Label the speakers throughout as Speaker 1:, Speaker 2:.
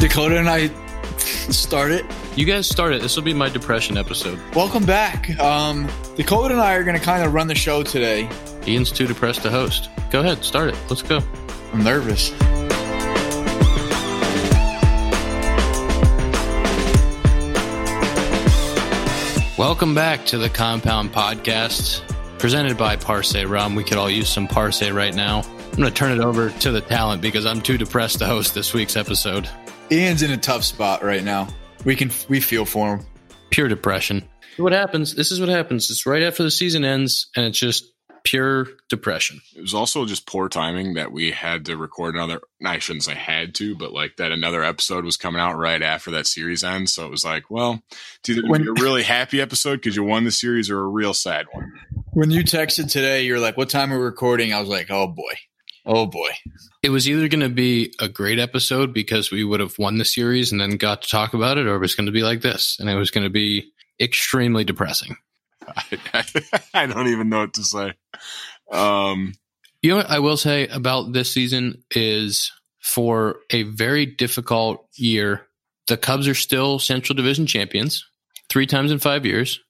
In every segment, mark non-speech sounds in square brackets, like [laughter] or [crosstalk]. Speaker 1: Dakota and I started.
Speaker 2: You guys start it. This will be my depression episode.
Speaker 1: Welcome back. Um, Dakota and I are going to kind of run the show today.
Speaker 2: Ian's too depressed to host. Go ahead, start it. Let's go.
Speaker 1: I'm nervous.
Speaker 2: Welcome back to the Compound Podcast, presented by Parse Rum. We could all use some Parse right now. I'm going to turn it over to the talent because I'm too depressed to host this week's episode.
Speaker 1: Ian's in a tough spot right now. We can we feel for him.
Speaker 2: Pure depression. What happens? This is what happens. It's right after the season ends, and it's just pure depression.
Speaker 3: It was also just poor timing that we had to record another. I shouldn't say had to, but like that another episode was coming out right after that series ends. So it was like, well, it's either
Speaker 1: When-
Speaker 3: when, a really happy episode because you won the series or a real sad one. [laughs]
Speaker 1: When you texted today, you're like, "What time are we recording?" I was like, "Oh boy, oh boy."
Speaker 2: It was either going to be a great episode because we would have won the series and then got to talk about it, or it was going to be like this, and it was going to be extremely depressing.
Speaker 3: I, don't even know what to say. Um,
Speaker 2: You know what I will say about this season is for a very difficult year, the Cubs are still Central Division champions three times in five years.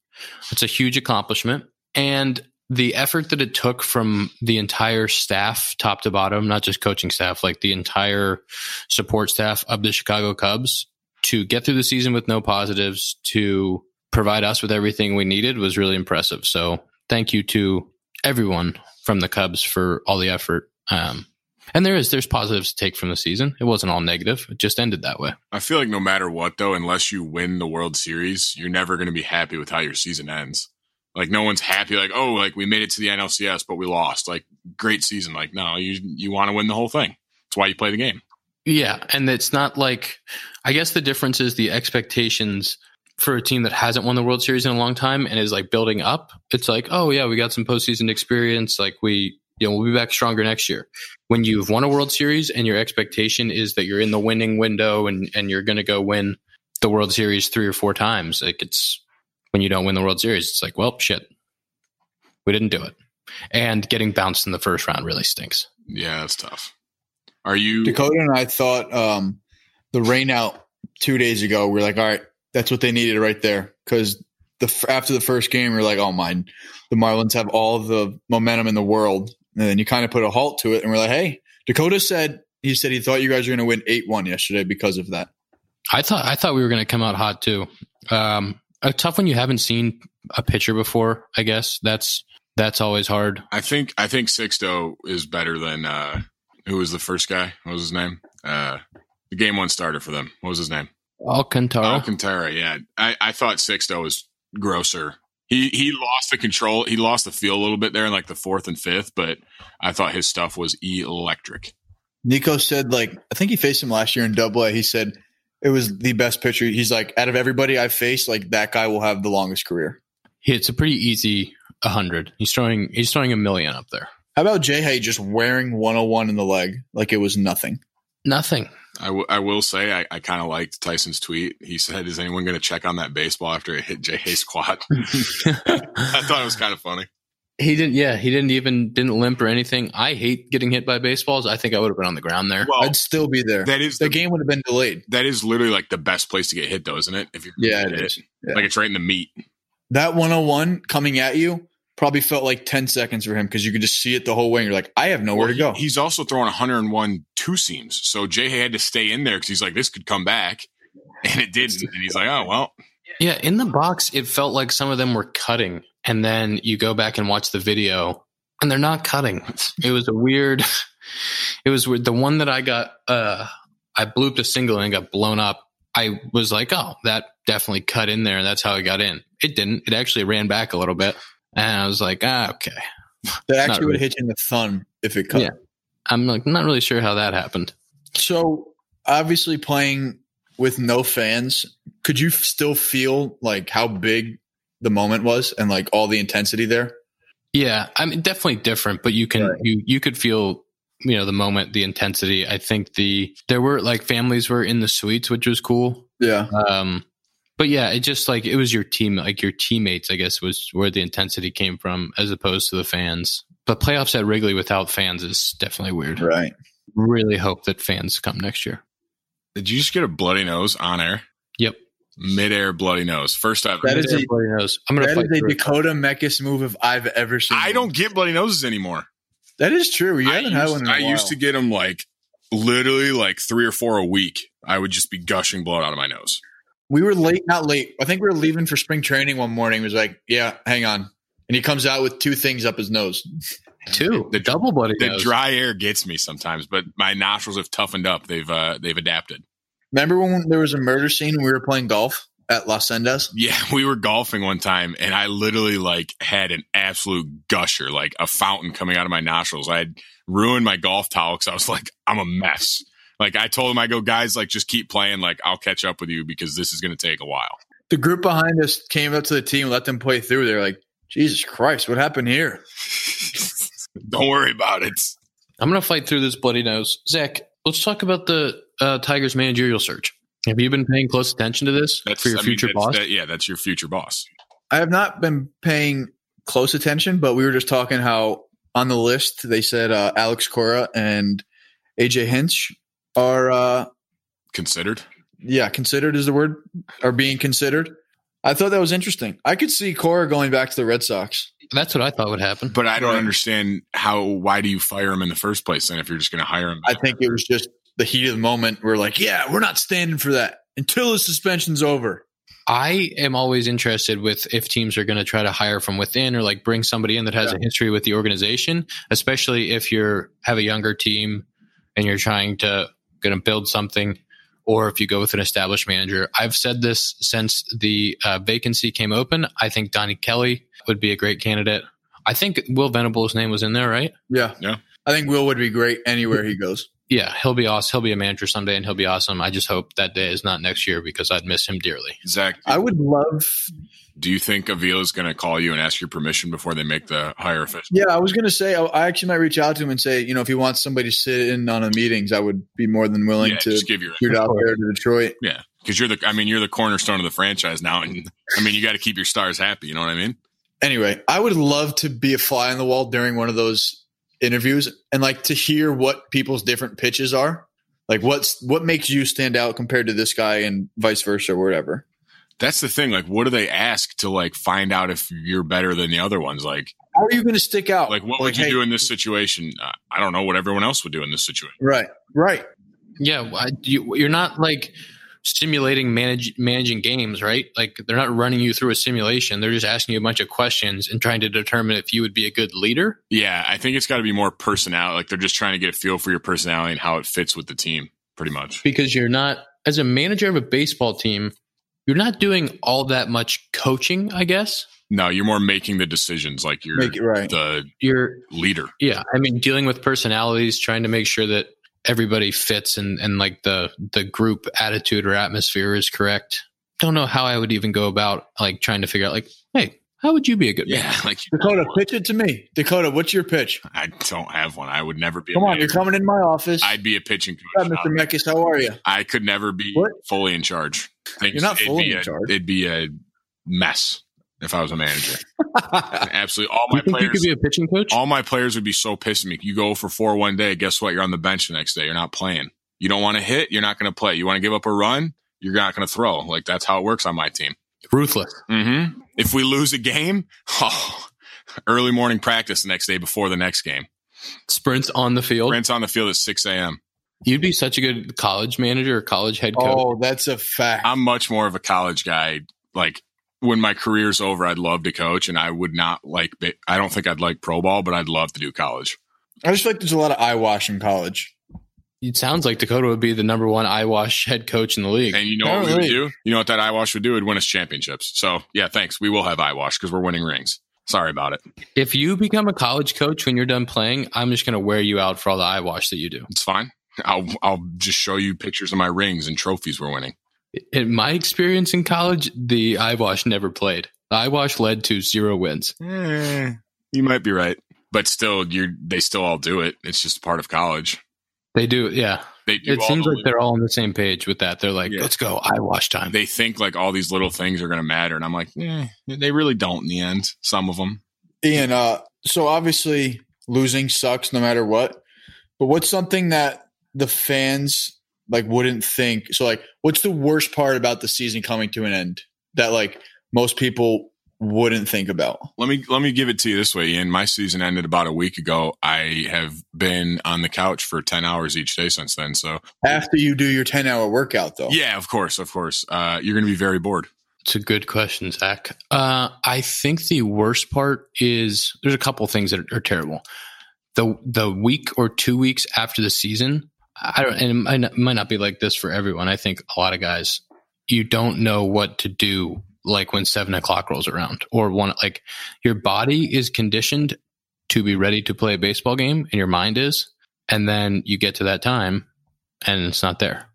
Speaker 2: It's a huge accomplishment. And the effort that it took from the entire staff, top to bottom, not just coaching staff, like the entire support staff of the Chicago Cubs to get through the season with no positives, to provide us with everything we needed was really impressive. So thank you to everyone from the Cubs for all the effort. Um, and there is there's positives to take from the season. It wasn't all negative. It just ended that way.
Speaker 3: I feel like no matter what, though, unless you win the World Series, you're never going to be happy with how your season ends. Like no one's happy. Like oh, like we made it to the NLCS, but we lost. Like great season. Like no, you you want to win the whole thing. That's why you play the game.
Speaker 2: Yeah, and it's not like I guess the difference is the expectations for a team that hasn't won the World Series in a long time and is like building up. It's like, oh yeah, we got some postseason experience. Like we, you know, we'll be back stronger next year. When you've won a World Series and your expectation is that you're in the winning window and and you're going to go win the World Series three or four times, like it's when you don't win the World Series, it's like, well, shit, we didn't do it. And getting bounced in the first round really stinks.
Speaker 3: Yeah, that's tough. Are you?
Speaker 1: Dakota and I thought um, the rain out two days ago. We are like, all right, that's what they needed right there. Because the f- after the first game, we are like, oh my, the Marlins have all the momentum in the world, and then you kind of put a halt to it. And we're like, hey, Dakota said he said he thought you guys were going to win eight one yesterday because of that.
Speaker 2: I thought I thought we were going to come out hot too. Um, a tough one you haven't seen a pitcher before. I guess that's that's always hard.
Speaker 3: I think I think Sixto is better than uh who was the first guy? What was his name? Uh the game one starter for them. What was his name?
Speaker 1: Oh.
Speaker 2: Alcantara.
Speaker 3: Alcantara, yeah. I, I thought Sixto was grosser. He he lost the control he lost the feel a little bit there in like the fourth and fifth, but I thought his stuff was electric.
Speaker 1: Nico said, like, I think he faced him last year in double A. He said it was the best pitcher. He's like, out of everybody I've faced, like, that guy will have the longest career.
Speaker 2: It's a pretty easy hundred. He's throwing he's throwing a million up there.
Speaker 1: How about Jay Hay just wearing 101 in the leg like it was nothing?
Speaker 2: Nothing. [laughs]
Speaker 3: I, w- I will say I, I kind of liked Tyson's tweet. He said, "Is anyone going to check on that baseball after it hit Jay Hayes' quad?" [laughs] I thought it was kind of funny.
Speaker 2: he didn't. Yeah, he didn't even didn't limp or anything. I hate getting hit by baseballs. I think I would have been on the ground there.
Speaker 3: Well,
Speaker 1: I'd still be there.
Speaker 3: that is
Speaker 1: the
Speaker 3: the-
Speaker 1: game would have been delayed.
Speaker 3: that is literally like the best place to get hit, though, isn't it? If you're
Speaker 1: Yeah, it
Speaker 3: hit.
Speaker 1: is. Yeah.
Speaker 3: like it's right in the meat.
Speaker 1: That 101 coming at you probably felt like 10 seconds for him because you could just see it the whole way. And you're like, I have nowhere to go.
Speaker 3: He's also throwing 101 two seams, so Jay had to stay in there because he's like, this could come back, and it didn't. And he's like, oh well,
Speaker 2: Yeah, in the box, it felt like some of them were cutting, and then you go back and watch the video, and they're not cutting. It was a weird. [laughs] It was weird. The one that I got, uh, I blooped a single and it got blown up. I was like, oh, that definitely cut in there, and that's how it got in. It didn't. It actually ran back a little bit, and I was like, ah, okay.
Speaker 1: That
Speaker 2: Not
Speaker 1: actually would
Speaker 2: really.
Speaker 1: have hit you in the thumb if it cut.
Speaker 2: Yeah. I'm like not really sure how that happened.
Speaker 1: So obviously playing with no fans, could you f- still feel like how big the moment was and like all the intensity there?
Speaker 2: Yeah, I mean, definitely different, but you can
Speaker 1: Right.
Speaker 2: you you could feel you know the moment, the intensity. I think the there were like families were in the suites, which was cool.
Speaker 1: Yeah.
Speaker 2: Um, but yeah, it just like it was your team, like your teammates, I guess, was where the intensity came from, as opposed to the fans. But playoffs at Wrigley without fans is definitely weird.
Speaker 1: Right.
Speaker 2: Really hope that fans come next year.
Speaker 3: Did you just get a bloody nose on air?
Speaker 2: Yep.
Speaker 3: Midair bloody nose. First ever.
Speaker 1: That is a-
Speaker 2: Everybody knows. I'm going to
Speaker 1: That
Speaker 2: fight.
Speaker 1: is a
Speaker 2: through it.
Speaker 1: Dakota Mekis move if I've ever seen.
Speaker 3: I don't get bloody noses anymore.
Speaker 1: That is true. You
Speaker 3: I,
Speaker 1: haven't had
Speaker 3: used,
Speaker 1: one. In a
Speaker 3: I used
Speaker 1: while.
Speaker 3: to get them like literally like three or four a week. I would just be gushing blood out of my nose.
Speaker 1: We were late, not late. I think we were leaving for spring training one morning. He was like, "Yeah, hang on," and he comes out with two things up his nose.
Speaker 2: Two.
Speaker 3: The-
Speaker 2: The double bloody
Speaker 3: The
Speaker 2: nose.
Speaker 3: dry air gets me sometimes, but my nostrils have toughened up. They've uh, they've adapted.
Speaker 1: Remember when there was a murder scene and we were playing golf at Los Endes?
Speaker 3: Yeah, [laughs] we were golfing one time, and I literally like had an absolute gusher, like a fountain coming out of my nostrils. I had ruined my golf towel because I was like, I'm a mess. Like I told him, I go, guys, like just keep playing. Like I'll catch up with you because this is going to take a while. [laughs]
Speaker 1: The group behind us came up to the team, let them play through. They're like, "Jesus Christ, what happened here?"
Speaker 3: Don't worry about it.
Speaker 2: I'm going to fight through this bloody nose. Zach, let's talk about the uh, Tigers managerial search. Have you been paying close attention to this for your
Speaker 3: I mean,
Speaker 2: future
Speaker 3: that's-
Speaker 2: boss?
Speaker 3: that- yeah, that's your future boss.
Speaker 1: I have not been paying close attention, but we were just talking how on the list they said uh, Alex Cora and AJ Hinch are uh,
Speaker 3: Considered.
Speaker 1: yeah, considered is the word, are being considered. I thought that was interesting. I could see Cora going back to the Red Sox.
Speaker 2: That's what I thought would happen.
Speaker 3: But I don't
Speaker 1: Right.
Speaker 3: understand how. Why do you fire him in the first place? Then if you're just going to hire him,
Speaker 1: I think it was just the heat of the moment. We're like, yeah, we're not standing for that until the suspension's over.
Speaker 2: I am always interested with if teams are going to try to hire from within or like bring somebody in that has a history with the organization, especially if you're have a younger team and you're trying to going to build something or if you go with an established manager. I've said this since the uh, vacancy came open. I think Donnie Kelly would be a great candidate. I think Will Venable's name was in there, right?
Speaker 1: Yeah.
Speaker 3: Yeah.
Speaker 1: I think Will would be great anywhere he goes.
Speaker 2: Yeah, he'll be awesome. He'll be a manager someday and he'll be awesome. I just hope that day is not next year because I'd miss him dearly.
Speaker 3: Zach,
Speaker 1: I would love
Speaker 3: do you think Avila is going to call you and ask your permission before they make the hire official?
Speaker 1: Yeah, I was gonna say I- I actually might reach out to him and say, you know, if he wants somebody to sit in on the meetings, I would be more than willing
Speaker 3: Yeah,
Speaker 1: to
Speaker 3: just give your
Speaker 1: shoot out there to Detroit.
Speaker 3: yeah, because you're the. I mean, you're the cornerstone of the franchise now, and I mean, you got to keep your stars happy. You know what I mean?
Speaker 1: Anyway, I would love to be a fly on the wall during one of those interviews and like to hear what people's different pitches are. Like what's what makes you stand out compared to this guy and vice versa or whatever.
Speaker 3: That's the thing. Like, what do they ask to like find out if you're better than the other ones? Like,
Speaker 1: How are you gonna stick out?
Speaker 3: like what would you
Speaker 1: hey,
Speaker 3: do in this situation? Uh, I don't know what everyone else would do in this situation.
Speaker 1: Right, right.
Speaker 2: Yeah, I, you, you're not like simulating manage, managing games, right? Like they're not running you through a simulation. They're just asking you a bunch of questions and trying to determine if you would be a good leader.
Speaker 3: Yeah, I think it's got to be more personality. Like they're just trying to get a feel for your personality and how it fits with the team, pretty much.
Speaker 2: Because you're not, as a manager of a baseball team, you're not doing all that much coaching, I guess.
Speaker 3: No, you're more making the decisions. Like you're
Speaker 1: Make it right.
Speaker 3: the
Speaker 2: You're,
Speaker 3: leader.
Speaker 2: yeah, I mean, dealing with personalities, trying to make sure that everybody fits and, and like the, the group attitude or atmosphere is correct. Don't know how I would even go about like trying to figure out, like, hey, how would you be a good
Speaker 3: Yeah, [laughs] like
Speaker 1: Dakota, pitch it to me. Dakota, what's your pitch?
Speaker 3: I don't have one. I would never be.
Speaker 1: Come
Speaker 3: a
Speaker 1: on, you're
Speaker 3: manager.
Speaker 1: coming in my office.
Speaker 3: I'd be a pitching
Speaker 1: What's
Speaker 3: coach.
Speaker 1: up, Mr. Mekis, how are you?
Speaker 3: I could never be
Speaker 1: What?
Speaker 3: fully in charge. Things-
Speaker 1: You're not
Speaker 3: it'd
Speaker 1: fully
Speaker 3: be
Speaker 1: in
Speaker 3: a-
Speaker 1: charge.
Speaker 3: It'd be a mess if I was a manager. [laughs] Absolutely, all
Speaker 2: Do
Speaker 3: my
Speaker 2: you think you could
Speaker 3: players.
Speaker 2: be a pitching coach?
Speaker 3: All my players would be so pissed at me. You go for four one day. Guess what? You're on the bench the next day. You're not playing. You don't want to hit. You're not going to play. You want to give up a run. You're not going to throw. Like that's how it works on my team.
Speaker 2: Ruthless.
Speaker 3: Mm-hmm. If we lose a game, [laughs] oh, early morning practice the next day before the next game.
Speaker 2: Sprints on the field.
Speaker 3: Brent's on the field at 6 a.m.
Speaker 2: You'd be such a good college manager or college head coach.
Speaker 1: Oh, that's a fact.
Speaker 3: I'm much more of a college guy. Like when my career's over, I'd love to coach, and I would not like. bi- I don't think I'd like pro ball, but I'd love to do college.
Speaker 1: I just feel like there's a lot of eye wash in college.
Speaker 2: It sounds like Dakota would be the number one eyewash head coach in the league.
Speaker 3: And you know what we would
Speaker 1: Alright.
Speaker 3: do? You know what that eyewash would do? It'd win us championships. So yeah, thanks. We will have eyewash because we're winning rings. Sorry about it.
Speaker 2: If you become a college coach when you're done playing, I'm just going to wear you out for all the eyewash that you do.
Speaker 3: It's fine. I'll I'll just show you pictures of my rings and trophies we're winning.
Speaker 2: In my experience in college, the eyewash never played. The eyewash led to zero wins.
Speaker 3: Eh, you might be right, but still, you're they still all do it. It's just part of college.
Speaker 2: They do, yeah.
Speaker 3: They do
Speaker 2: It
Speaker 3: all
Speaker 2: seems
Speaker 3: the
Speaker 2: like they're all on the same page with that. They're like,
Speaker 3: Yeah.
Speaker 2: let's go, eyewash time.
Speaker 3: they think like all these little things are going to matter. And I'm like, eh, they really don't in the end. Some of them.
Speaker 1: Ian, uh, so obviously losing sucks no matter what, but what's something that the fans like wouldn't think so like what's the worst part about the season coming to an end that like most people wouldn't think about
Speaker 3: Let me let me give it to you this way, Ian. My season ended about a week ago. I have been on the couch for ten hours each day since then. So
Speaker 1: after you do your 10 hour workout
Speaker 2: Oh.
Speaker 1: though
Speaker 3: yeah, of course, of course. Uh, you're going to be very bored.
Speaker 2: It's a good question, Zach. Uh, I think the worst part is there's a couple things that are, are terrible. The the week or two weeks after the season, I don't, and it might not- might not be like this for everyone. I think a lot of guys, you don't know what to do, like when seven o'clock rolls around or one, like your body is conditioned to be ready to play a baseball game and your mind is, and then you get to that time and it's not there.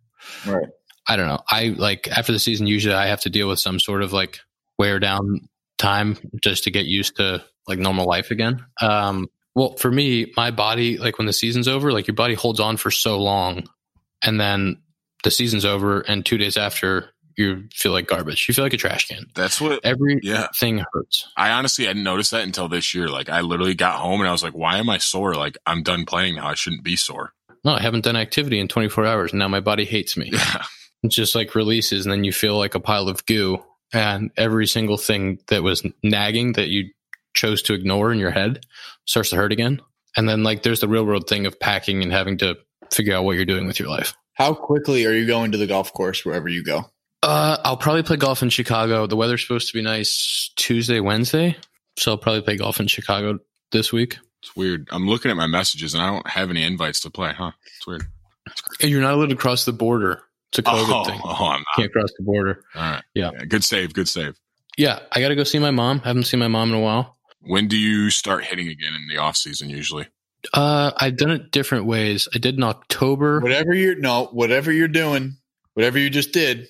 Speaker 1: Right.
Speaker 2: I don't know. I like after the season, usually I have to deal with some sort of like wear down time just to get used to like normal life again. Um, well, for me, my body, like when the season's over, like your body holds on for so long and then the season's over and two days after you feel like garbage. You feel like a trash can.
Speaker 3: That's what.
Speaker 2: Everything
Speaker 3: Yeah,
Speaker 2: hurts.
Speaker 3: I honestly hadn't noticed that until this year. Like I literally got home and I was like, "Why am I sore? Like I'm done playing now. I shouldn't be sore." [laughs]
Speaker 2: No, I haven't done activity in 24 hours and now my body hates me.
Speaker 3: Yeah,
Speaker 2: It just like releases and then you feel like a pile of goo and every single thing that was nagging that you chose to ignore in your head starts to hurt again and then like there's the real world thing of packing and having to figure out what you're doing with your life
Speaker 1: how quickly are you going to the golf course wherever you go
Speaker 2: uh, i'll probably play golf in chicago the weather's supposed to be nice tuesday wednesday so i'll probably play golf in chicago this week
Speaker 3: it's weird. I'm looking at my messages and I don't have any invites to play. Huh? It's weird.
Speaker 2: and you're not allowed to cross the border it's a covid
Speaker 3: Oh,
Speaker 2: thing
Speaker 3: oh, I'm not.
Speaker 2: can't cross the border
Speaker 3: All right.
Speaker 2: Yeah.
Speaker 3: Good save. Good save.
Speaker 2: yeah i gotta go see my mom haven't seen my mom in a while
Speaker 3: When do you start hitting again in the off season? Usually,
Speaker 2: uh, i've done it different ways i did in october
Speaker 1: whatever you're no whatever you're doing whatever you just did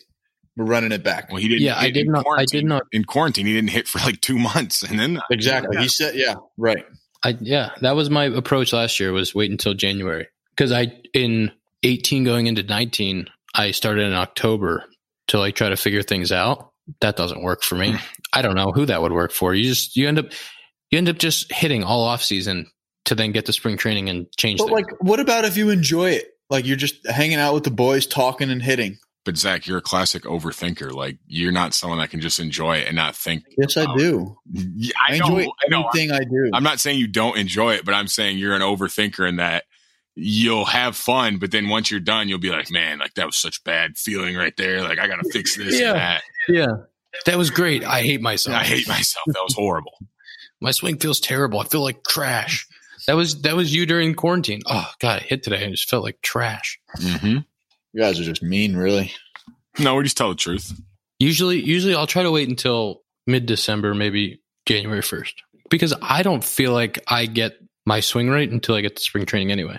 Speaker 1: we're running it back
Speaker 3: well, he didn't.
Speaker 2: Yeah, I
Speaker 3: hit
Speaker 2: did
Speaker 3: in
Speaker 2: not- I
Speaker 3: quarantine.
Speaker 2: did not-
Speaker 3: in quarantine. He didn't hit for like two [laughs] months, and then
Speaker 1: exactly he said yeah right
Speaker 2: I yeah, that was my approach last year was wait until January because I in 18 going into 19, I started in October to like try to figure things out. That doesn't work for me. I don't know who that would work for. You just you end up you end up just hitting all off season to then get to spring training and change
Speaker 1: but
Speaker 2: things.
Speaker 1: like what about if you enjoy it like you're just hanging out with the boys talking and hitting
Speaker 3: But Zach, you're a classic overthinker. Like you're not someone that can just enjoy it and not think.
Speaker 1: yes i do
Speaker 3: [laughs] Yeah,
Speaker 1: i,
Speaker 3: Oh, I, know,
Speaker 1: enjoy
Speaker 3: I know.
Speaker 1: everything i, do
Speaker 3: I'm not saying you don't enjoy it, but I'm saying you're an overthinker in that you'll have fun, but then once you're done, you'll be like, man, like that was such bad feeling right there. Like I gotta fix this
Speaker 2: Yeah.
Speaker 3: and that.
Speaker 2: that was great. I hate myself.
Speaker 3: I hate myself. That was horrible.
Speaker 2: my swing feels terrible. I feel like trash. That was that was you during quarantine. Oh god, I hit today. I just felt like trash.
Speaker 3: Mm-hmm.
Speaker 1: you guys are just mean really
Speaker 3: No, we just tell the truth.
Speaker 2: Usually, usually I'll try to wait until mid December, maybe January first, because I don't feel like I get my swing right until I get to spring training anyway.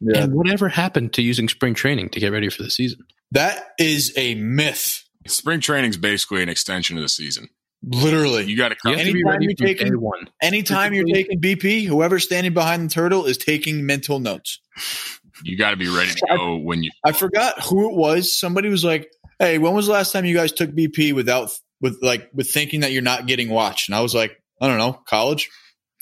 Speaker 1: yeah
Speaker 2: And whatever happened to using spring training to get ready for the season?
Speaker 1: that is a myth
Speaker 3: Spring training's basically an extension of the season.
Speaker 1: literally
Speaker 3: You gotta
Speaker 2: You
Speaker 3: come.
Speaker 2: have to be
Speaker 1: Anytime
Speaker 2: ready
Speaker 1: you
Speaker 2: from
Speaker 1: take
Speaker 2: day
Speaker 1: an-
Speaker 2: one.
Speaker 1: Anytime you're taking BP, whoever's standing behind the turtle is taking mental notes.
Speaker 3: You gotta be ready to
Speaker 1: [laughs]
Speaker 3: go when you
Speaker 1: I forgot who it was. Somebody was like, "Hey, when was the last time you guys took BP without with like with thinking that you're not getting watched?" And I was like, "I don't know, college."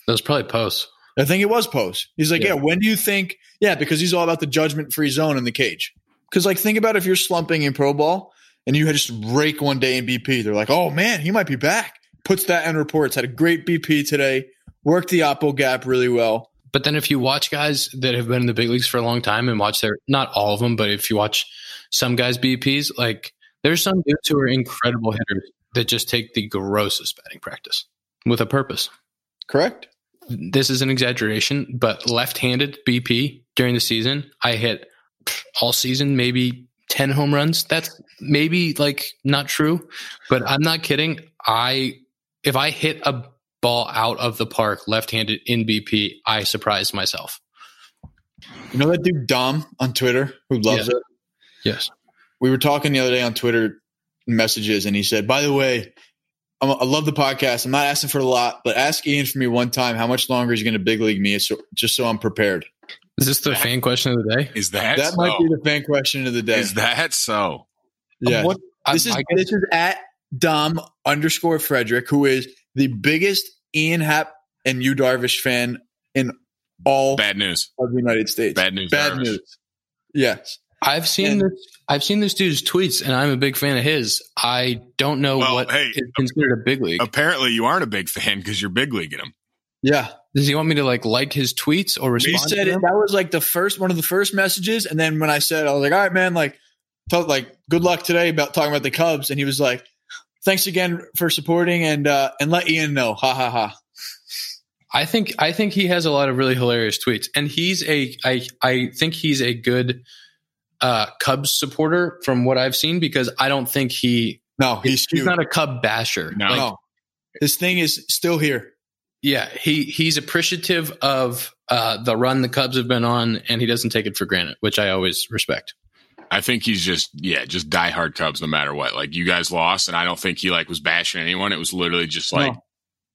Speaker 2: That was probably post.
Speaker 1: I think it was Pose. He's like,
Speaker 2: Yeah.
Speaker 1: "Yeah, when do you think?" Yeah, because he's all about the judgment-free zone in the cage. Because like, think about if you're slumping in pro ball and you had just rake one day in BP, they're like, "Oh man, he might be back." Puts that in reports. Had a great BP today. Worked the oppo gap really well.
Speaker 2: But then if you watch guys that have been in the big leagues for a long time and watch their not all of them, but if you watch some guys' BPs, like there's some dudes who are incredible hitters that just take the grossest batting practice with a purpose.
Speaker 1: Correct.
Speaker 2: this is an exaggeration, but left-handed BP during the season, I hit pff, all season maybe 10 home runs. That's maybe like not true, but I'm not kidding. I if I hit a ball out of the park left-handed in BP, I surprised myself.
Speaker 1: You know that dude Dom on Twitter who loves it?
Speaker 2: Yes.
Speaker 1: We were talking the other day on Twitter messages, and he said, By the way, I'm, I love the podcast. I'm not asking for a lot, but ask Ian for me one time how much longer he's going to big league me so, just so I'm prepared.
Speaker 2: Is this the fan question of the day?
Speaker 3: is that
Speaker 1: that
Speaker 3: so?
Speaker 1: might be the fan question of the day.
Speaker 3: is that so?
Speaker 1: yeah.
Speaker 2: What-
Speaker 1: this,
Speaker 2: I-
Speaker 1: is,
Speaker 2: I guess-
Speaker 1: this is at Dom underscore Frederick, who is the biggest Ian Happ and you Darvish fan in all
Speaker 3: Bad news.
Speaker 1: of the United States.
Speaker 3: Bad news.
Speaker 1: Oh, Bad
Speaker 3: Darvish.
Speaker 1: news. Yes.
Speaker 2: I've seen this. I've seen this dude's tweets, and I'm a big fan of his. I don't
Speaker 1: Oh,
Speaker 2: know
Speaker 3: Well,
Speaker 2: what is
Speaker 3: hey, uh,
Speaker 2: considered a big league.
Speaker 3: Apparently, you aren't a big fan because you're big leaguing him.
Speaker 1: Yeah.
Speaker 2: Does he want me to like like his tweets or
Speaker 1: He
Speaker 2: respond?
Speaker 1: said
Speaker 2: to
Speaker 1: it,
Speaker 2: them?
Speaker 1: that was like the first one of the first messages, and then when I said, I was like, "All right, man, like, tell, like, good luck today about talking about the Cubs," and he was like, "Thanks again for supporting, and uh, and let Ian know, ha ha ha."
Speaker 2: I think I think he has a lot of really hilarious tweets, and he's a I I think he's a good uh, Cubs supporter from what I've seen because I don't think he
Speaker 1: No, he's,
Speaker 2: he's
Speaker 1: huge.
Speaker 2: not a Cub basher.
Speaker 3: No.
Speaker 2: Like,
Speaker 1: no, his thing is still here.
Speaker 2: yeah, he he's appreciative of uh, the run the Cubs have been on, and he doesn't take it for granted, which I always respect.
Speaker 3: I think he's just yeah, just diehard Cubs no matter what. Like you guys lost, and I don't think he like was bashing anyone. It was literally just like
Speaker 1: No.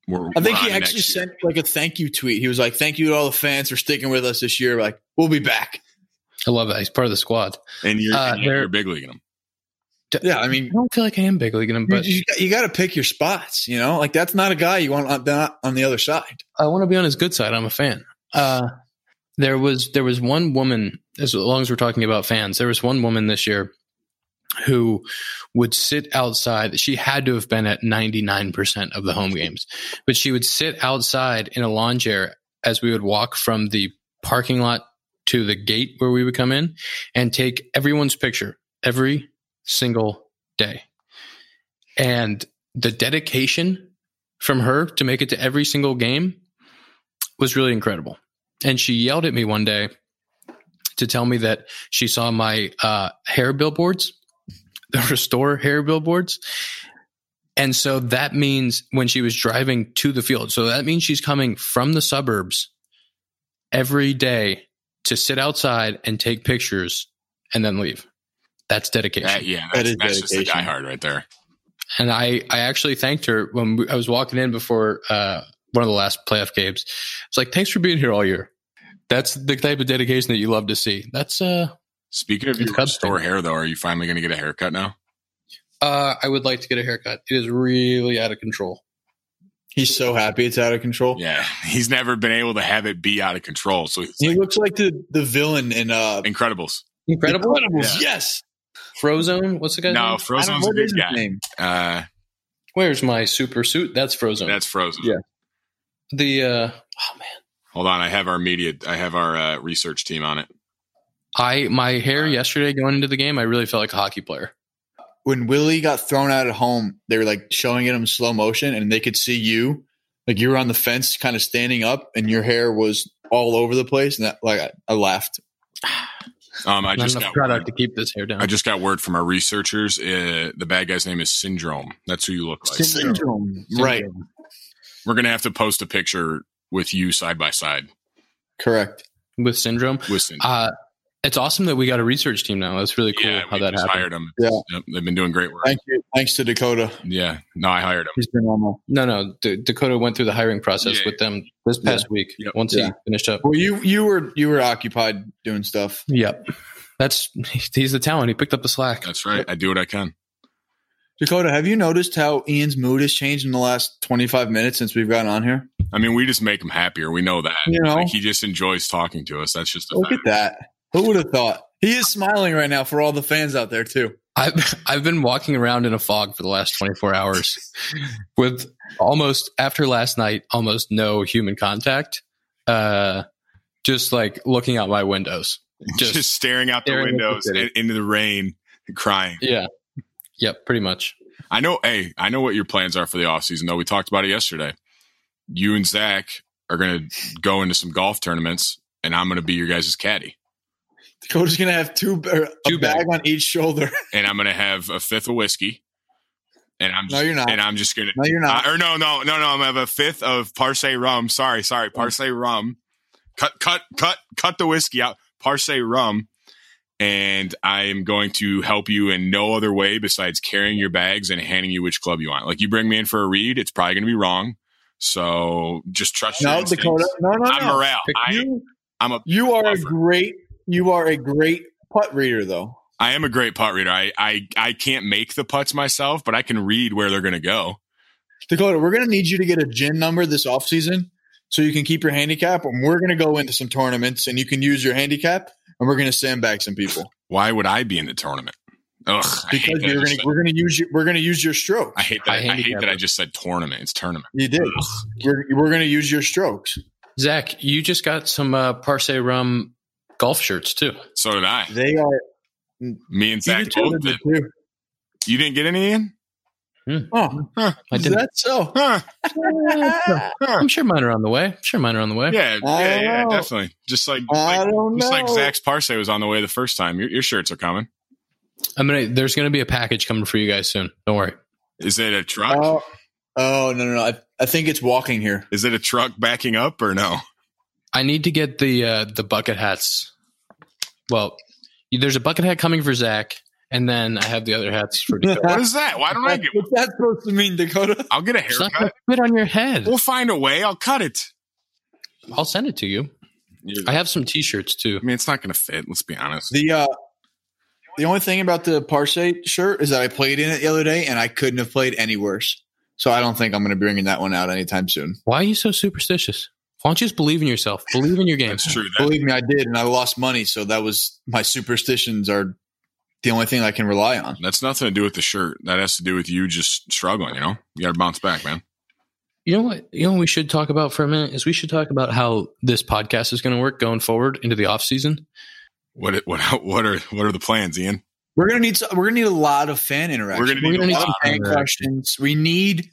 Speaker 3: we're.
Speaker 1: I think
Speaker 3: we're
Speaker 1: he
Speaker 3: on next
Speaker 1: actually
Speaker 3: year.
Speaker 1: sent like a thank you tweet. He was like, "Thank you to all the fans for sticking with us this year. Like, we'll be back."
Speaker 2: I love that he's part of the squad.
Speaker 3: and you're,
Speaker 2: uh,
Speaker 3: and you're
Speaker 2: they're-
Speaker 3: big leaguing him.
Speaker 1: Yeah, I
Speaker 2: I
Speaker 1: mean,
Speaker 2: don't feel like I am big leaguing him, but
Speaker 1: you, you, you got to pick your spots. You know, like that's not a guy you want on, not on the other side.
Speaker 2: I want to be on his good side. I'm a fan. Uh, there was there was one woman. As long as we're talking about fans, there was one woman this year who would sit outside. She had to have been at 99 percent of the home games, but she would sit outside in a lawn chair as we would walk from the parking lot to the gate where we would come in and take everyone's picture every single day. And the dedication from her to make it to every single game was really incredible. And she yelled at me one day to tell me that she saw my uh, hair billboards, [laughs] the Restore hair billboards. And so that means when she was driving to the field, so that means she's coming from the suburbs every day to sit outside and take pictures and then leave. That's dedication
Speaker 3: That, yeah,
Speaker 1: That
Speaker 3: that's,
Speaker 1: is
Speaker 3: that's just a
Speaker 1: dedication.
Speaker 3: diehard right there.
Speaker 2: and I I actually thanked her when we, I was walking in before uh, one of the last playoff games. It's like thanks for being here all year. That's the type of dedication that you love to see. That's uh,
Speaker 3: Speaking of
Speaker 2: It's
Speaker 3: your
Speaker 2: Cubs
Speaker 3: store hair, though, are you finally going to get a haircut now?
Speaker 2: uh I would like to get a haircut. It is really out of control.
Speaker 1: He's so happy it's out of control.
Speaker 3: Yeah, [laughs] he's never been able to have it be out of control. So he's
Speaker 1: He looks like the, the villain in uh
Speaker 3: Incredibles.
Speaker 2: Incredible.
Speaker 1: Incredibles.
Speaker 3: Yeah.
Speaker 1: Yes.
Speaker 2: Frozone. What's the guy's
Speaker 3: No,
Speaker 2: name?
Speaker 1: I don't
Speaker 3: Frozen's
Speaker 1: know
Speaker 3: a
Speaker 1: what
Speaker 3: good
Speaker 1: is his
Speaker 3: guy.
Speaker 1: name.
Speaker 3: Uh,
Speaker 2: Where's my super suit? That's Frozone.
Speaker 3: that's Frozen.
Speaker 2: Yeah. the uh, oh man.
Speaker 3: Hold on, I have our media. I have our uh, research team on it.
Speaker 2: I my
Speaker 3: Uh,
Speaker 2: hair yesterday going into the game. I really felt like a hockey player.
Speaker 1: When Willie got thrown out at home, they were like showing it in slow motion and they could see you. Like you were on the fence, kind of standing up, and your hair was all over the place. And that, like, I, I laughed.
Speaker 3: Um, I
Speaker 2: Not
Speaker 3: just
Speaker 2: enough
Speaker 3: got
Speaker 2: product
Speaker 3: word,
Speaker 2: to keep this hair down.
Speaker 3: I just got word from our researchers. Uh, the bad guy's name is Syndrome. That's who you look like.
Speaker 2: Syndrome.
Speaker 1: Right.
Speaker 3: We're gonna have to post a picture with you side by side
Speaker 1: Correct.
Speaker 2: with syndrome.
Speaker 3: with Syndrome.
Speaker 2: Uh, it's awesome that we got a research team now. That's really cool
Speaker 3: yeah,
Speaker 2: how
Speaker 3: we
Speaker 2: that
Speaker 3: just
Speaker 2: happened.
Speaker 3: hired them.
Speaker 1: Yeah.
Speaker 3: Yep, they've been doing great work.
Speaker 1: Thank you. Thanks to Dakota.
Speaker 3: Yeah, no, I hired him.
Speaker 1: He's been on all.
Speaker 2: No, no. D- Dakota went through the hiring process
Speaker 3: Yeah.
Speaker 2: with them this past week.
Speaker 3: Yep.
Speaker 2: Once
Speaker 1: Yeah.
Speaker 2: he finished up.
Speaker 1: Well, you you were you were occupied doing stuff.
Speaker 2: Yep. That's [laughs] he's the talent. He picked up the slack.
Speaker 3: That's right. I do what I can.
Speaker 1: Dakota, have you noticed how Ian's mood has changed in the last twenty five minutes since we've gotten on here?
Speaker 3: I mean, we just make him happier. We know that.
Speaker 1: You know,
Speaker 3: Like, he just enjoys talking to us. That's just a
Speaker 1: Look at
Speaker 3: fact.
Speaker 1: that. Who would have thought? He is smiling right now for all the fans out there too.
Speaker 2: I've I've been walking around in a fog for the last 24 hours [laughs] with almost after last night almost no human contact. Uh just like looking out my windows.
Speaker 3: just,
Speaker 2: Just-
Speaker 3: staring out the
Speaker 2: staring at the
Speaker 3: windows
Speaker 2: city.
Speaker 3: and into the rain, crying.
Speaker 2: Yeah. Yep, pretty much.
Speaker 3: I know. Hey, I know what your plans are for the offseason, though. We talked about it yesterday. You and Zach are going to go into some golf tournaments, and I'm going to be your guys' caddy.
Speaker 1: Dakota's gonna have two, ba-
Speaker 2: Two
Speaker 1: a bag on each shoulder. [laughs]
Speaker 3: And I'm going to have a fifth of whiskey. And I'm
Speaker 1: No,
Speaker 3: just,
Speaker 1: you're not.
Speaker 3: And I'm just going to.
Speaker 1: No, you're not.
Speaker 3: Uh, or no, no, no, no. I'm gonna have a fifth of Parse rum. Sorry,
Speaker 1: Oh.
Speaker 3: sorry, Parse rum. Cut, cut, cut, cut the whiskey out. Parse rum, and I am going to help you in no other way besides carrying your bags and handing you which club you want. Like you bring me in for a read, it's probably gonna be wrong. So just trust your
Speaker 1: No,
Speaker 3: instincts.
Speaker 1: Dakota. No, no,
Speaker 3: I'm
Speaker 1: no.
Speaker 3: morale. I,
Speaker 1: You,
Speaker 3: I'm a
Speaker 1: you are a
Speaker 3: Buffer.
Speaker 1: great. You are a great putt reader, though.
Speaker 3: I am a great putt reader. I, I I can't make the putts myself, but I can read where they're gonna go.
Speaker 1: Dakota, we're gonna need you to get a gin number this off season so you can keep your handicap. And we're gonna go into some tournaments, and you can use your handicap, and we're gonna sandbag some people.
Speaker 3: Why would I be in the tournament? Ugh, I hate
Speaker 1: because you're
Speaker 3: that I just
Speaker 1: gonna,
Speaker 3: said-
Speaker 1: we're going to use your, we're going to use your stroke.
Speaker 3: I hate that.
Speaker 2: High
Speaker 3: I hate
Speaker 2: handicapper.
Speaker 3: that. I just said tournament. It's tournament.
Speaker 1: You did. We're, we're going to use your strokes.
Speaker 2: Zach, you just got some uh, Parse Rum golf shirts too.
Speaker 3: So did I.
Speaker 1: They are
Speaker 3: Me and Zach
Speaker 1: you
Speaker 3: both
Speaker 1: did
Speaker 3: did.
Speaker 1: too.
Speaker 3: You didn't get any in? [laughs]
Speaker 1: Oh,
Speaker 3: Huh.
Speaker 2: I
Speaker 1: is
Speaker 2: didn't.
Speaker 1: that so?
Speaker 3: Huh.
Speaker 2: [laughs]
Speaker 1: I
Speaker 3: Huh.
Speaker 2: I'm sure mine are on the way. I'm sure mine are on the way.
Speaker 3: Yeah,
Speaker 1: I
Speaker 3: yeah,
Speaker 1: don't
Speaker 3: yeah,
Speaker 1: know.
Speaker 3: definitely. Just like, just like,
Speaker 1: don't know.
Speaker 3: just like Zach's Parse was on the way the first time. Your, your shirts are coming.
Speaker 2: I'm gonna. There's gonna be a package coming for you guys soon. Don't worry.
Speaker 3: Is it a truck?
Speaker 1: Oh, oh no, no, no. I, I think it's walking here.
Speaker 3: Is it a truck backing up or no?
Speaker 2: I need to get the uh, the bucket hats. Well, there's a bucket hat coming for Zach, and then I have the other hats for Dakota.
Speaker 1: [laughs]
Speaker 3: What is that? Why don't I get?
Speaker 1: What's that supposed to mean, Dakota?
Speaker 3: I'll get
Speaker 2: [laughs]
Speaker 3: a
Speaker 2: It's not
Speaker 3: haircut.
Speaker 2: gonna fit on your head.
Speaker 3: We'll find a way. I'll cut it.
Speaker 2: I'll send it to you. I
Speaker 3: I
Speaker 2: have some T-shirts too.
Speaker 3: mean, it's not going to fit. Let's be honest.
Speaker 1: The uh, the only thing about the Parse shirt is that I played in it the other day, and I couldn't have played any worse. So I don't think I'm going to be bringing that one out anytime soon.
Speaker 2: Why are you so superstitious? Why don't you just believe in yourself? Believe in your game.
Speaker 3: That's true. That,
Speaker 1: Believe me, I did, and I lost money. So that was my superstitions are the only thing I can rely on.
Speaker 3: that's nothing to do with the shirt. That has to do with you just struggling. You know, you got to bounce back, man.
Speaker 2: You know what? You know what we should talk about for a minute is we should talk about how this podcast is going to work going forward into the off season.
Speaker 3: What what [laughs] what are what are the plans, Ian?
Speaker 1: We're gonna need we're gonna need a lot of fan interaction.
Speaker 3: We're going to
Speaker 2: We're
Speaker 3: need.
Speaker 2: gonna
Speaker 3: a
Speaker 2: need
Speaker 3: lot.
Speaker 2: some
Speaker 1: fan questions. We need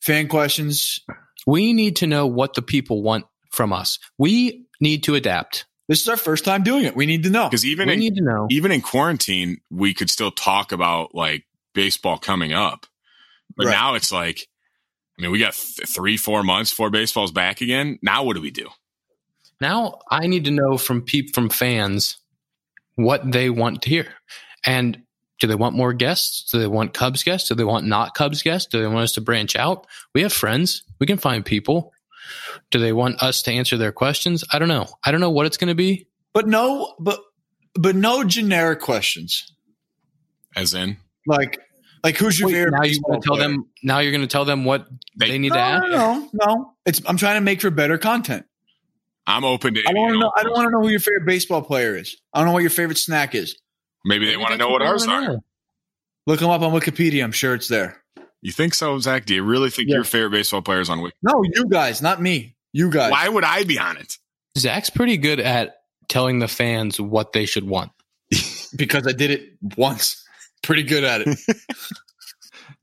Speaker 1: fan questions.
Speaker 2: We need to know what the people want from us. We need to adapt.
Speaker 1: This is our first time doing it. We need to know.
Speaker 3: Because even
Speaker 2: We
Speaker 3: in,
Speaker 2: need to know.
Speaker 3: even in quarantine, we could still talk about like baseball coming up, but
Speaker 1: Right.
Speaker 3: now it's like, I mean, we got th- three, four months, four baseballs back again. Now what do we do?
Speaker 2: Now I need to know from peop from fans what they want to hear. And do they want more guests? Do they want Cubs guests? Do they want not Cubs guests? Do they want us to branch out? We have friends. We can find people. Do they want us to answer their questions? I don't know. I don't know what it's going to be.
Speaker 1: But no, but but no generic questions.
Speaker 3: As in,
Speaker 1: Like like who's your
Speaker 2: Wait,
Speaker 1: favorite?
Speaker 2: now you're
Speaker 1: baseball
Speaker 2: going to tell
Speaker 1: player?
Speaker 2: them. Now you're going to tell them what
Speaker 3: They-
Speaker 2: they, need to
Speaker 1: No,
Speaker 2: ask.
Speaker 1: no, no, no. It's I'm trying to make for better content.
Speaker 3: I'm open to.
Speaker 1: I don't want
Speaker 3: you
Speaker 1: to know. I don't want to know who your favorite baseball player is. I don't know what your favorite snack is.
Speaker 3: Maybe they want to know what ours are.
Speaker 1: Look them up on Wikipedia. I'm sure it's there.
Speaker 3: You think so, Zach? Do you really think
Speaker 1: Yeah.
Speaker 3: your favorite baseball player is on Wiki?
Speaker 1: No, you guys, not me. You guys.
Speaker 3: Why would I be on it?
Speaker 2: Zach's pretty good at telling the fans what they should want.
Speaker 1: Because I did it once. [laughs] Pretty good at it.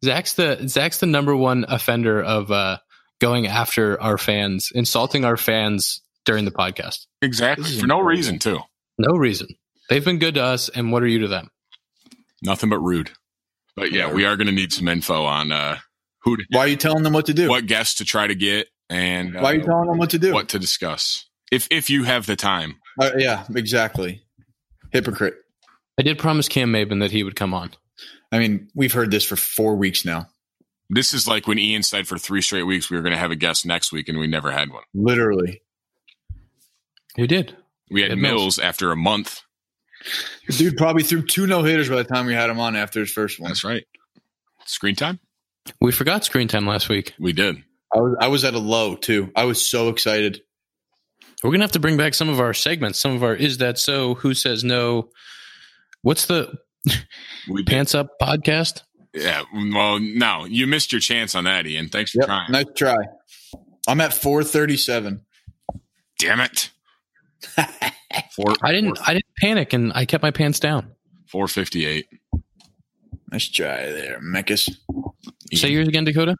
Speaker 2: Zach's the Zach's the number one offender of uh, going after our fans, insulting our fans during the podcast.
Speaker 3: Exactly.
Speaker 1: This is
Speaker 3: For no
Speaker 1: incredible.
Speaker 3: reason, too.
Speaker 2: No reason. They've been good to us, and what are you to them?
Speaker 3: Nothing but rude. But yeah, we are going to need some info on uh, who, to,
Speaker 1: Why are you telling them what to do?
Speaker 3: what guests to try to get, and uh,
Speaker 1: Why are you telling them what to do?
Speaker 3: what to discuss. If if you have the time,
Speaker 1: Uh, yeah, exactly. Hypocrite.
Speaker 2: I did promise Cam Maben that he would come on.
Speaker 1: I mean, we've heard this for four weeks now.
Speaker 3: this is like when Ian said for three straight weeks we were going to have a guest next week, and we never had one.
Speaker 1: Literally.
Speaker 2: You did.
Speaker 3: We had
Speaker 2: Ed Mills.
Speaker 3: Mills after a month.
Speaker 1: The dude probably threw two no hitters by the time we had him on after his first one.
Speaker 3: That's right. Screen time.
Speaker 2: We forgot screen time last week.
Speaker 3: We did.
Speaker 1: I was I was at a low too. I was so excited.
Speaker 2: We're gonna have to bring back some of our segments, some of our is that so? Who says no? What's the
Speaker 3: We did.
Speaker 2: pants up podcast?
Speaker 3: Yeah. Well, no, you missed your chance on that, Ian. Thanks for
Speaker 1: Yep.
Speaker 3: trying.
Speaker 1: Nice try. I'm at 437.
Speaker 3: Damn it.
Speaker 2: I didn't. I didn't panic, and I kept my pants down.
Speaker 3: Four fifty eight.
Speaker 1: [laughs] Nice try there, Mekis.
Speaker 2: Say yours again, Dakota.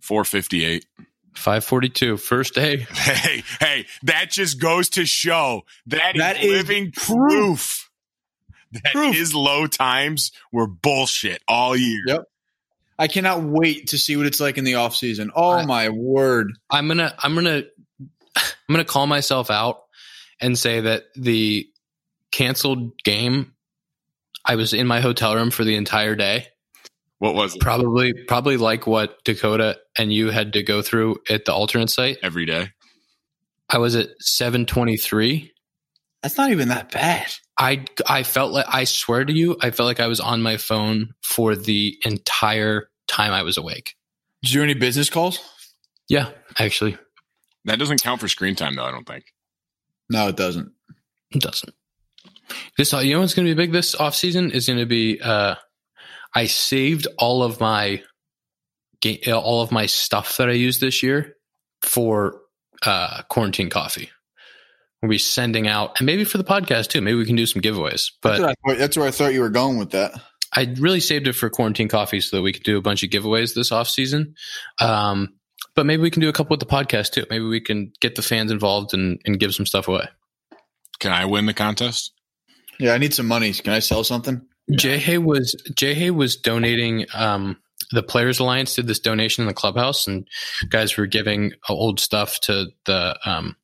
Speaker 3: Four fifty eight.
Speaker 2: Five forty-two. First day.
Speaker 3: [laughs] Hey, hey, that just goes to show that is
Speaker 1: That is
Speaker 3: living proof. that
Speaker 1: Proof.
Speaker 3: his low times were bullshit all year.
Speaker 1: Yep. I cannot wait to see what it's like in the offseason. Oh
Speaker 2: I-
Speaker 1: my word.
Speaker 2: I'm gonna. I'm gonna. [sighs] I'm gonna call myself out and say that the canceled game. I was in my hotel room for the entire day.
Speaker 3: What was it?
Speaker 2: Probably, probably like what Dakota and you had to go through at the alternate site.
Speaker 3: Every day.
Speaker 2: I was at seven twenty-three.
Speaker 1: That's not even that bad.
Speaker 2: I I felt like I swear to you, I felt like I was on my phone for the entire time I was awake.
Speaker 1: Did you do any business calls?
Speaker 2: Yeah, actually,
Speaker 3: That doesn't count for screen time though, I don't think.
Speaker 1: No, it doesn't.
Speaker 2: it doesn't. This uh, you know what's going to be big this offseason is going to be uh I saved all of my ga- uh, all of my stuff that I used this year for uh quarantine coffee. We'll be sending out and maybe for the podcast too. Maybe we can do some giveaways. But
Speaker 1: that's, what I thought- that's where I thought you were going with that.
Speaker 2: I really saved it for quarantine coffee so that we could do a bunch of giveaways this off season. Um, but maybe we can do a couple with the podcast too. Maybe we can get the fans involved and, and give some stuff away.
Speaker 3: Can I win the contest?
Speaker 1: Yeah, I need some money. Can I sell something?
Speaker 2: Jay Hay was Jay Hay was donating. Um, the Players Alliance did this donation in the clubhouse, and guys were giving old stuff to the um,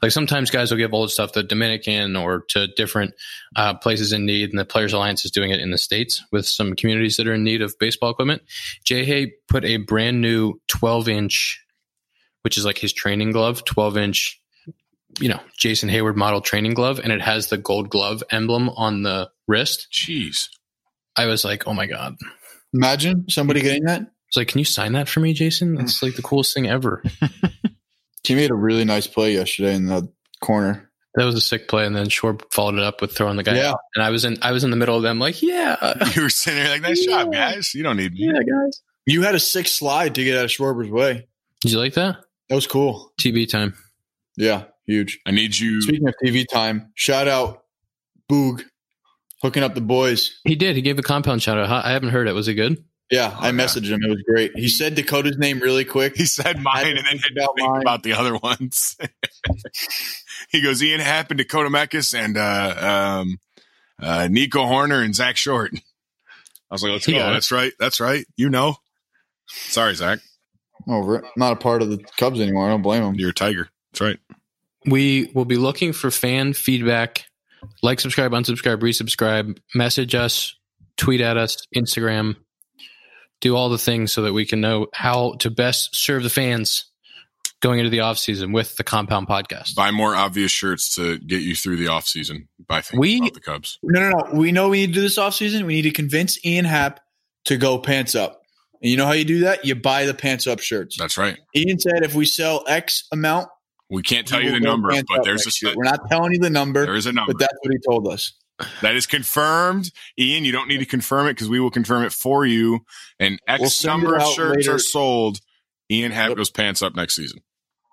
Speaker 2: like sometimes guys will give old stuff to Dominican or to different uh, places in need, and the Players Alliance is doing it in the states with some communities that are in need of baseball equipment. Jay Hay put a brand new twelve inch, which is like his training glove, twelve inch. You know, Jason Hayward model training glove, and it has the gold glove emblem on the wrist.
Speaker 3: Jeez. [laughs]
Speaker 2: I was like, oh my God.
Speaker 1: Imagine somebody getting that.
Speaker 2: It's like, can you sign that for me, Jason? That's like the coolest thing ever.
Speaker 1: He made a really nice play yesterday in the corner.
Speaker 2: That was a sick play. And then Shore followed it up with throwing the guy
Speaker 1: Yeah.
Speaker 2: out. And I was in I was in the middle of them like, yeah. [laughs]
Speaker 3: You were sitting there like, nice shot, guys. You don't need me.
Speaker 2: guys.
Speaker 1: You had a six slide to get out of Schwarber's way.
Speaker 2: Did you like that?
Speaker 1: That was cool.
Speaker 2: TB time.
Speaker 1: Yeah, huge.
Speaker 3: I need you.
Speaker 1: Speaking of TV time, shout out Boog hooking up the boys.
Speaker 2: He did. He gave a compound shout out. Huh? I haven't heard it. Was it good?
Speaker 1: Yeah,
Speaker 3: Oh,
Speaker 1: I
Speaker 3: yeah.
Speaker 1: messaged him. It was great. He said Dakota's name really quick.
Speaker 3: He said mine and then had to
Speaker 1: about
Speaker 3: think
Speaker 1: mine.
Speaker 3: about the other ones. [laughs] he goes, Ian Happ and Dakota Mekis and uh, um, uh, Nico Horner and Zach Short. I was like, let's
Speaker 2: He
Speaker 3: go.
Speaker 2: got it.
Speaker 3: That's right. That's right. You know. Sorry, Zach.
Speaker 1: I'm over it. I'm Oh, not a part of the Cubs anymore. I don't blame him.
Speaker 3: You're a tiger. That's right.
Speaker 2: We will be looking for fan feedback. Like, subscribe, unsubscribe, resubscribe, message us, tweet at us, Instagram, do all the things so that we can know how to best serve the fans going into the off season with the compound podcast.
Speaker 3: Buy more obvious shirts to get you through the offseason. Buy things
Speaker 2: We-
Speaker 3: about the Cubs.
Speaker 1: No, no, no. We know we need to do this offseason. We need to convince Ian Happ to go pants up. And you know how you do that? You buy the pants up shirts.
Speaker 3: That's right.
Speaker 1: Ian said if we sell X amount,
Speaker 3: We can't tell
Speaker 1: we
Speaker 3: you the
Speaker 1: will go
Speaker 3: number,
Speaker 1: pants
Speaker 3: but
Speaker 1: up
Speaker 3: there's
Speaker 1: next
Speaker 3: a
Speaker 1: year. We're not telling you the number,
Speaker 3: there is a number
Speaker 1: but that's what he told us.
Speaker 3: that is confirmed. Ian, you don't need to confirm it because we will confirm it for you. And X
Speaker 1: We'll send
Speaker 3: number
Speaker 1: it
Speaker 3: of
Speaker 1: out
Speaker 3: shirts
Speaker 1: later.
Speaker 3: are sold. Ian Happ
Speaker 1: Yep.
Speaker 3: goes pants up next season.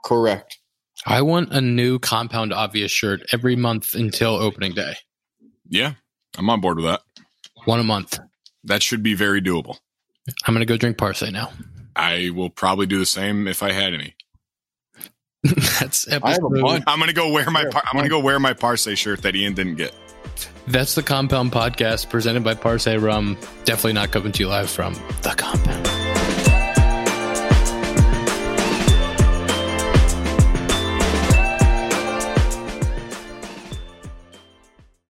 Speaker 1: Correct.
Speaker 2: I want a new compound obvious shirt every month until opening day.
Speaker 3: Yeah, I'm on board with that.
Speaker 2: One a month.
Speaker 3: That should be very doable.
Speaker 2: I'm gonna go drink parsley now. [laughs]
Speaker 3: I will probably do the same if I had any.
Speaker 2: that's episode,
Speaker 1: I have a bunch.
Speaker 3: I'm gonna go wear my
Speaker 1: Yeah,
Speaker 3: par- I'm gonna go wear my Parse shirt that Ian didn't get.
Speaker 2: That's the compound podcast presented by Parse Rum. Definitely not coming to you live from the compound.